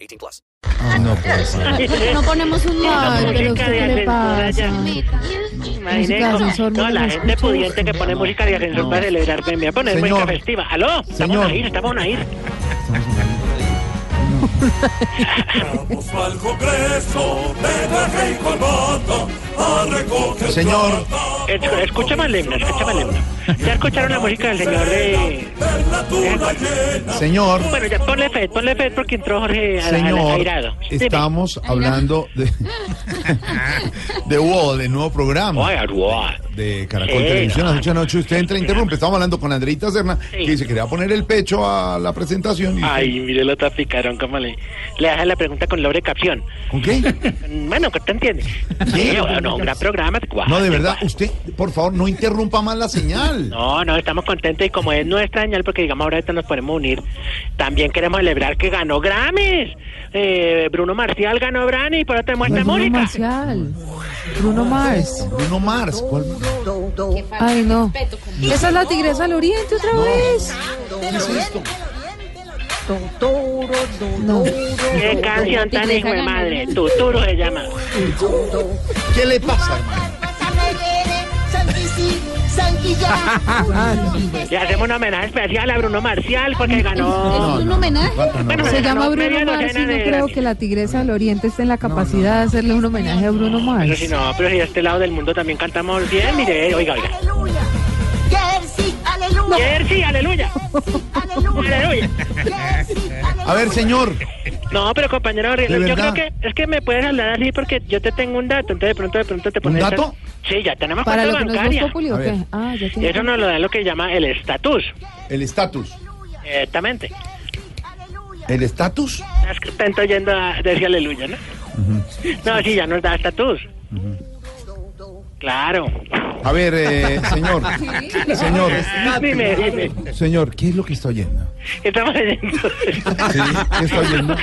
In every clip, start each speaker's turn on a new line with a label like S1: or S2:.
S1: 18 plus.
S2: No pues. puede ser.
S3: No ponemos un
S4: La
S3: mal, pero
S4: música
S3: usted
S4: de
S3: qué le
S4: ascensor
S3: pasa.
S4: allá. Imagínate
S3: Música de
S4: cómo
S3: ascensor,
S4: toda
S3: no
S4: la
S3: lo
S4: gente
S3: escucho.
S4: pudiente que pone música de ascensor para celebrarme. Me voy a poner
S2: Señor.
S4: música festiva. ¿Aló? Estamos
S2: Señor.
S4: a ir, estamos a ir.
S5: Vamos al Congreso de traje y corbata a recoger
S2: Señor.
S5: plata
S4: Es- Escúchame el himno, escúchame el himno. Ya escucharon la música del señor de...
S5: de la tuna llena.
S2: Señor,
S4: Bueno, ya ponle fe, ponle fe porque entró Jorge a- a- a-
S2: señor,
S4: airado. Dime.
S2: estamos hablando de, de WOD, el nuevo programa
S4: Oiga, guau.
S2: de Caracol
S4: Sí,
S2: Televisión.
S4: no,
S2: Las ocho de la noche usted entra e interrumpe. Estamos hablando con Andreita Serna,
S4: Sí.
S2: que se quería poner el pecho a la presentación. y-
S4: Ay, mire lo tapicaron, cómo le... Le hace la pregunta con doble capción.
S2: ¿Con qué?
S4: Bueno, que te entiendes. Sí, bueno, un gran programa. guau.
S2: No, de verdad, usted, por favor, no interrumpa más la señal.
S4: No, no, estamos contentos y como es nuestra señal, porque digamos ahora esto nos podemos unir, también queremos celebrar que ganó Grammys. Eh, Bruno Marcial ganó Grammy y por otra muestra
S3: Bruno
S4: Mónica.
S3: Marcial. Bruno Mars.
S2: Bruno Mars. ¿cuál?
S3: Ay, no. Esa es la tigresa al oriente otra vez. No.
S4: Qué canción tan hijo de madre. Tuturo se llama.
S2: ¿Qué le pasa, hermano?
S4: Le hacemos un homenaje especial a Bruno Marcial porque ganó.
S3: ¿Es un homenaje?
S2: falta, no.
S3: Se llama Bruno
S4: Media
S3: Mars y
S4: docena
S3: no
S4: de
S3: creo
S4: Grammy.
S3: que la tigresa del oriente esté en la capacidad de hacerle un homenaje a Bruno
S4: Pero si
S3: Mars.
S4: no, pero si de este lado del mundo también cantamos bien, mire, eh, oiga, oiga.
S6: Aleluya. Jersey, aleluya.
S4: Jersey, aleluya.
S6: Aleluya.
S4: Aleluya.
S6: Jersey,
S2: A ver, señor.
S4: No, pero compañero,
S2: ¿De
S4: yo
S2: verdad?
S4: creo que es que me puedes hablar así porque yo te tengo un dato, entonces de pronto de pronto te pones...
S2: dato?
S4: Sí, ya tenemos
S3: Para
S4: cuenta
S3: lo que nos
S4: bancaria.
S3: es Voz Populi, ¿o
S2: A ver.
S3: qué? Ah, ya tiene.
S4: Eso nos lo da lo que llama el estatus,
S2: El estatus.
S4: exactamente.
S6: aleluya.
S2: ¿El estatus?
S4: Estás contento yendo a decir aleluya, ¿no? No, sí, ya nos da estatus. Claro.
S2: A ver, eh, señor. Señor,
S4: Dime, dime.
S2: señor, ¿qué es lo que está oyendo?
S4: ¿Qué estamos haciendo?
S2: Sí, ¿Qué está oyendo?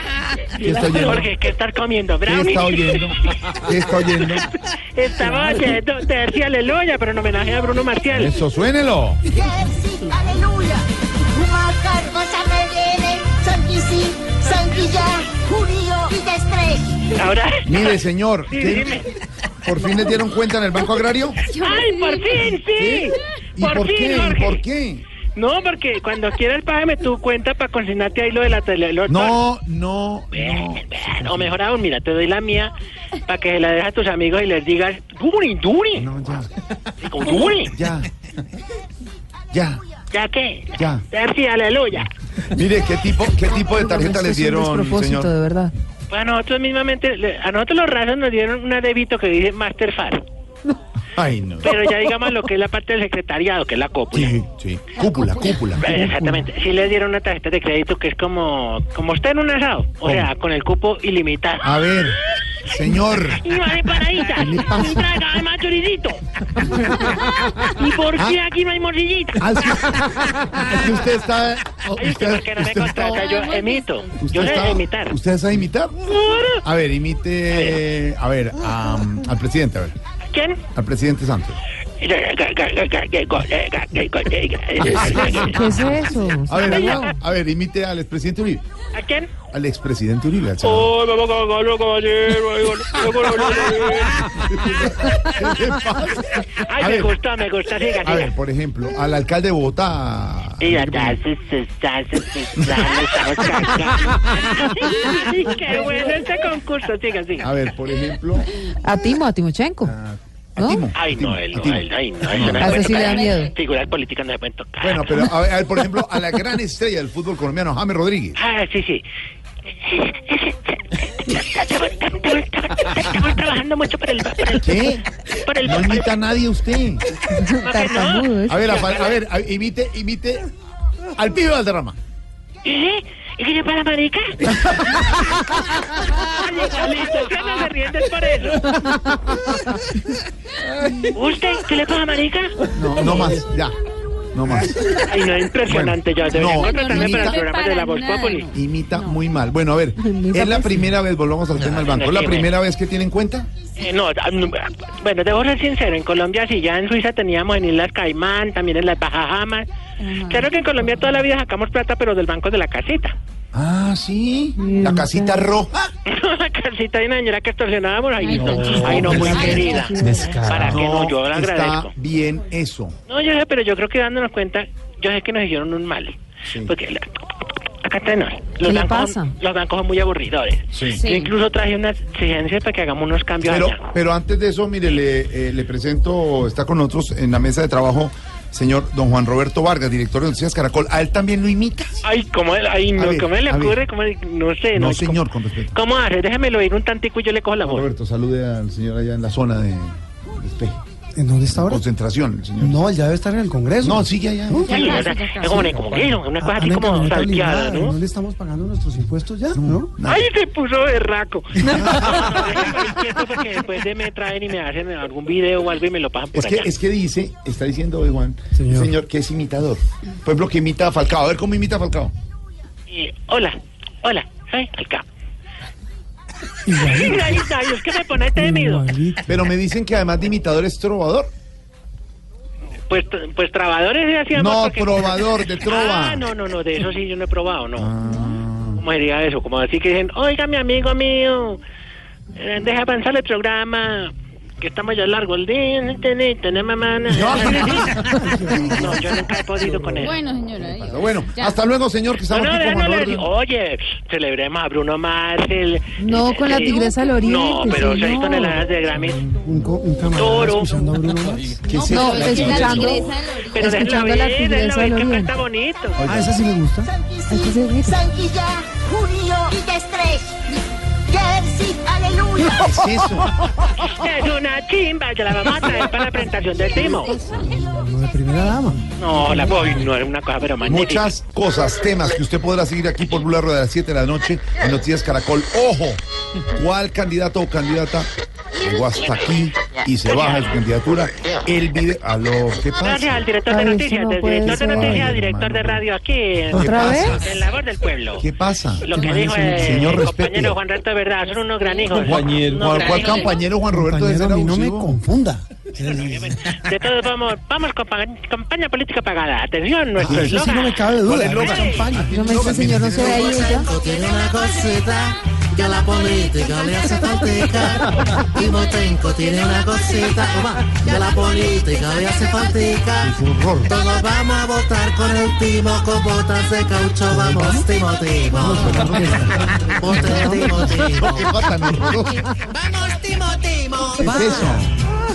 S2: ¿Qué está oyendo?
S4: Jorge, ¿qué estás comiendo?
S2: ¿Qué
S4: ¿Brownie?
S2: está oyendo? ¿Qué está oyendo?
S4: Estaba oyendo decir aleluya, pero en homenaje a Bruno Marcial.
S2: Eso, suénelo.
S6: Jersey, aleluya. Una cargosa me viene. Sanquisí, sanquilla, judío y destrez.
S4: Ahora...
S2: Mire, señor,
S4: Sí,
S2: ¿qué-
S4: dime.
S2: ¿por fin le dieron cuenta en el Banco Agrario?
S4: ¡Ay, por fin, sí!
S2: ¿Y
S4: Por,
S2: por
S4: fin,
S2: qué?
S4: Jorge.
S2: ¿Y por qué?
S4: No, porque cuando quieras págame tu E, cuenta para consignarte ahí lo de la tele. lo-
S2: No, no, no.
S4: Ven, ven. O mejor aún, mira, te doy la mía para que se la dejes a tus amigos y les digas, Duri, Duri,
S2: No, ya,
S4: digo, Duri,
S2: ya. Ya.
S4: ¿ya qué?
S2: Ya.
S4: Terci, aleluya.
S2: Mire, ¿qué tipo, qué tipo de tarjeta
S3: Esto
S2: le
S3: es un
S2: dieron,
S3: despropósito,
S2: señor?
S3: de verdad.
S4: Pues a nosotros mismamente, le- a nosotros los rasos nos dieron una débito que dice Masterfar.
S2: Ay, no.
S4: Pero ya digamos lo que es la parte del secretariado, que es la cópula.
S2: Sí, sí. Cúpula, cúpula.
S4: Eh, Exactamente, sí les dieron una tarjeta de crédito que es como, como usted en un asado, o sea, con el cupo ilimitado.
S2: A ver, señor.
S4: Y no hay paraditas,
S2: ¿Qué le pasa?
S4: y traga más choricito. ¿Y por qué aquí no hay morcillita?
S2: Ah, sí. Es que usted está. oh,
S4: Ay, usted, ¿por qué no me
S2: usted está-
S4: contrata? Yo emito.
S2: usted
S4: Yo sé
S2: está-
S4: imitar.
S2: ¿Usted sabe imitar?
S4: Claro.
S2: A ver, imite. A ver, a, um, al presidente, a ver.
S4: ¿Quién?
S2: Al presidente Santos.
S3: ¿Qué es
S4: ah,
S3: eso?
S2: A ver, a, a ver, imite al expresidente Uribe.
S4: ¿A quién?
S2: Al expresidente Uribe, al senador.
S4: Oh, no, no, no, no, no, caballero, no, no, no, no, no, no.
S2: ¿Qué le pasa?
S4: Ay,
S2: A
S4: me
S2: ver.
S4: gusta, me gusta, siga,
S2: A ver,
S4: siga.
S2: por ejemplo, al alcalde de Bogotá.
S4: Y ya, ya, sí, sí, ya, sí, sí, ya, me estaba cagando. Qué bueno este concurso, siga,
S2: A
S4: siga.
S2: ver, por ejemplo,
S4: ah.
S3: A Timo, a Timochenko.
S2: a, a
S3: ¿No?
S2: Timo.
S4: Ay,
S2: a Timo,
S4: no, él,
S2: a
S4: no,
S2: Timo.
S4: él, ay, no, eso no
S3: A
S4: se puede
S3: ese sí le da
S4: tocar.
S3: miedo.
S4: Figuras políticas no se pueden tocar.
S2: Bueno, pero a ver, a ver, por ejemplo, a la gran estrella del fútbol colombiano, James Rodríguez.
S4: Ah, sí, sí. Estamos trabajando mucho para el... Para el
S2: ¿Qué?
S4: Para el...
S2: No imita a nadie usted.
S3: Tartamudo. ¿eh?
S4: Ah.
S2: A ver, a, a ver, a- imite, imite al pibe Valderrama.
S4: ¿Eh? ¿Y que para marica? Oye, Carlito, usted no se ríen es por eso. ¿Usted qué le pasa, marica?
S2: No, no más, ya. No más.
S4: Ay, no, es impresionante ya. Deberíamos
S2: no,
S4: tratarle para el
S2: no
S4: programa
S3: para
S4: de la voz
S3: nada.
S4: Populi.
S2: Imita muy mal. Bueno, a ver,
S3: Imita
S2: es la
S3: pésimo.
S2: primera vez, volvamos al tema del banco, ¿es la
S4: sí, bueno.
S2: primera vez que tienen cuenta?
S4: Eh, no, ah, no, ah, bueno, debo ser sincero, en Colombia sí, ya en Suiza teníamos en Islas Caimán, también en las Bajajamas. Claro que en Colombia toda la vida sacamos plata, pero del banco de la casita.
S2: Ah, sí. La casita roja.
S4: la casita de una señora que extorsionábamos, ay, no, ay, no, muy
S2: Ay,
S4: querida. Para que no, yo la
S2: está
S4: agradezco.
S2: bien eso.
S4: No, yo sé, pero yo creo que dándonos cuenta, yo sé que nos hicieron un mal. Porque la- acá tenemos. Los,
S3: ¿Qué le
S4: bancos,
S3: pasa?
S4: los bancos son muy aburridores.
S3: Sí.
S4: Yo incluso traje unas exigencias para que hagamos unos cambios
S2: Pero,
S4: allá.
S2: pero antes de eso, mire, le, eh, le presento, está con nosotros en la mesa de trabajo, señor don Juan Roberto Vargas, director de Noticias Caracol. ¿A él también lo imita?
S4: Ay, ¿cómo, él- ay, no,
S2: ver,
S4: ¿cómo le
S2: a ver.
S4: ocurre? ¿Cómo le- no sé.
S2: No,
S4: ¿cómo-
S2: señor, con respeto.
S4: ¿Cómo hace? Déjamelo ir un tantico y yo le cojo la
S2: Juan
S4: voz.
S2: Roberto, salude al señor allá en la zona de despeje.
S7: ¿En dónde está ahora?
S2: Concentración, el señor.
S7: No, él ya debe estar en el Congreso.
S2: No, sigue allá.
S4: Sí,
S3: Ya lo
S4: es
S3: hace, ya
S4: es como,
S3: casi.
S4: como que, una cosa así
S7: Anda en
S4: como
S7: camioneta
S4: salteada,
S7: blindada,
S4: ¿no?
S7: le estamos pagando nuestros impuestos ya, ¿no?
S4: Ay, se puso berraco. No, déjalo quieto porque después de me traen y me hacen algún video o algo y me lo pasan por
S2: Es que,
S4: allá.
S2: es que dice, está diciendo hoy Juan, señor.
S7: Señor.
S2: que es imitador. Por ejemplo, que imita a Falcao. A ver cómo imita a Falcao.
S4: Eh, hola, hola, soy Alca. Ay, ay, ay, es que me pone temido.
S7: Igualito.
S2: Pero me dicen que además de imitador es trovador.
S4: Pues, pues trabadores le hacíamos.
S2: No,
S4: porque-
S2: trovador, de trova.
S4: Ah, no, no, no, de eso sí yo no he probado, no. ¿Cómo sería eso? Como así que dicen, oiga, mi amigo mío, eh, deja avanzar el programa, que estamos ya largo el día, no tenés, tenemos mañana. No, yo nunca he podido con él.
S8: Bueno, señora. adiós.
S2: Pero bueno,
S8: Ya.
S2: hasta luego, señor, que
S4: No,
S2: estamos
S4: no,
S2: aquí con
S4: déjame
S2: Juan
S4: decir,
S2: Roberto.
S4: oye, celebremos a Bruno Mars. el-
S3: No, con la
S4: el-
S3: Tigresa al Oriente,
S4: No, pero seis
S3: señor.
S4: toneladas de Grammy.
S7: Un, co- un camarada
S4: Toro.
S7: escuchando a Bruno Mars.
S2: ¿Qué es
S3: No, pues
S2: eso?
S8: Es la
S3: escuchando.
S8: tigresa del oriente.
S4: Pero déjala
S3: Escuchando a la
S4: ver, déjala
S3: Tigresa
S4: ver,
S3: del
S4: que
S3: Oriente.
S4: está bonito.
S7: Ah, esa sí me gusta. pues,
S6: Sanquisi, Sanquilla, Julio y Destrech. Jersey, aleluya.
S2: ¿Qué es eso?
S4: Es una chimba, ya la vamos a traer para la presentación del Timo.
S7: Lo de primera dama.
S4: No, la voy, no era una cosa, pero magnífica.
S2: Muchas cosas, temas que usted podrá seguir aquí por Blue Radio de las 7 de la noche en Noticias Caracol. Ojo, ¿cuál candidato o candidata llegó hasta aquí y se baja de su candidatura? El video. Aló, ¿qué
S4: Gracias al
S2: pasa?
S4: director de
S3: Ay, eso
S4: noticias,
S3: no
S4: del
S3: puede
S4: director de
S3: ser.
S4: noticias,
S2: Ay,
S4: director de
S2: hermano.
S4: radio aquí, en,
S3: ¿Otra
S2: pasa?
S3: vez?
S4: en la voz del pueblo.
S2: ¿Qué pasa?
S4: Lo que dijo el
S2: Señor, respete.
S4: compañero Juan Rato, de verdad, son unos granijos.
S9: Compañero.
S4: Unos
S2: ¿Cuál, cuál
S4: granijos.
S2: compañero Juan Roberto de ser
S7: Compañero, a mí no me
S2: abusivo?
S7: confunda.
S4: De todos vamos, vamos, compañía, campaña política pagada. Atención, nuestro
S7: Eso sí no
S4: eslogan.
S7: me cabe
S2: ¿Cuál
S7: duda.
S2: es loca?
S4: Ey.
S7: Campaña.
S3: No, este señor no se ve ahí, ¿ya?
S10: Tiene una cosita que a la política le hace faltica. Y Motenco tiene una cosita Oba, que a la política le hace faltica.
S2: Es un horror.
S10: Todos vamos a votar con el timo, con botas de caucho, vamos, timo, timo. Voten, timo, timo.
S2: ¿Qué pasa, no?
S10: Vamos, timo, timo.
S2: ¿Qué es eso?
S4: Ah.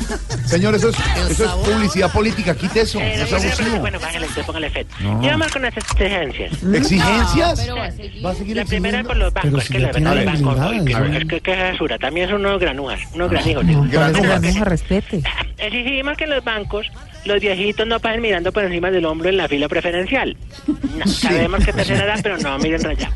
S2: Señor, eso es, eso es publicidad política. Quite eso.
S4: Eh,
S2: Es
S4: bueno, bueno,
S2: abusivo.
S4: bueno, bájale, usted, póngale efecto.
S2: No.
S4: Y vamos con las exigencias.
S2: ¿Exigencias?
S8: Pero va a seguir.
S2: ¿Va a seguir
S4: La primera
S2: exigiendo?
S4: con los bancos,
S7: Pero
S4: es
S7: si
S4: que
S7: ya
S4: la verdad los
S7: tiene
S4: bancos,
S7: blindadas,
S4: uy,
S7: a
S4: que-
S7: ver.
S4: es que- que es basura, también son unos granujas, unos granijos. digo.
S3: ¿Cuál es
S2: Gracias.
S3: la mujer? Respete.
S4: Exigimos que en los bancos los viejitos no pasen mirando por encima del hombro en la fila preferencial. No, sabemos que tercera edad, pero no miren allá.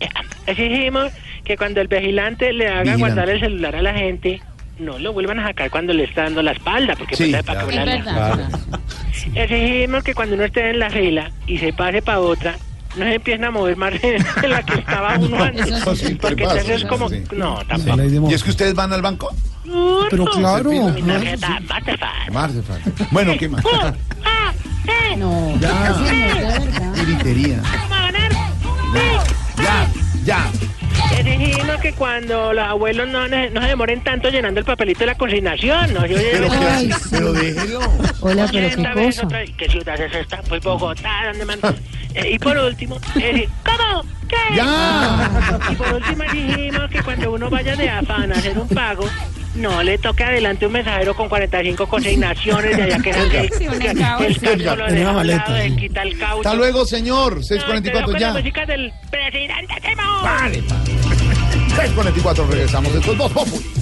S4: Eh, Exigimos que cuando el vigilante le haga
S2: Vigilante.
S4: guardar el celular a la gente, no lo vuelvan a sacar cuando le está dando la espalda, porque
S2: Sí,
S4: pues, para
S2: claro.
S8: Es
S4: cobrarle.
S8: verdad.
S4: Exigimos que cuando uno esté en la fila y se pase para otra, no se empiecen a mover más de la que estaba uno antes.
S8: Eso sí.
S4: Porque entonces es
S2: Sí.
S4: como...
S2: Sí.
S4: No,
S7: La
S4: tampoco.
S7: ley de
S2: ¿Y
S7: Murphy.
S2: es que ustedes van al banco?
S7: Pero claro.
S4: Mi tarjeta, Mastercard.
S2: Marce, Fran. Bueno, ¿qué más?
S4: ¡Ah! ¡Eh!
S8: No,
S2: Ya.
S8: sí, no, es la verdad.
S2: Gritería.
S4: ¡Vamos a ganar!
S2: Ya, ya.
S4: Exigimos que cuando los abuelos no, ne- no se demoren tanto llenando el papelito de la consignación, ¿no? Yo
S2: Pero,
S4: llevo
S2: ¿qué
S3: Ay,
S2: hace?
S3: sí.
S2: pero déjelo.
S3: Hola, pero
S4: 80
S3: qué
S4: veces
S3: cosa.
S4: otra vez. ¿Qué ciudad es esta? Pues Bogotá, ¿dónde mandan? Eh, y por último, eh, ¿cómo? ¿Qué?
S2: Ya.
S4: Y por último exigimos que cuando uno vaya de afán a hacer un pago, no le toque adelante un mensajero con 45 consignaciones de allá que es el,
S8: Sí, una
S4: que el
S8: causa.
S4: carro lo
S7: Tenga
S4: deja a un
S7: maleta,
S4: lado, le
S7: sí.
S4: quita el caucho.
S2: Hasta luego, señor.
S4: Ay, te
S2: 644,
S4: veo
S2: ya.
S4: Con la música del presidente Simón.
S2: Vale, pa. 644, regresamos. Esto es Voz Populi.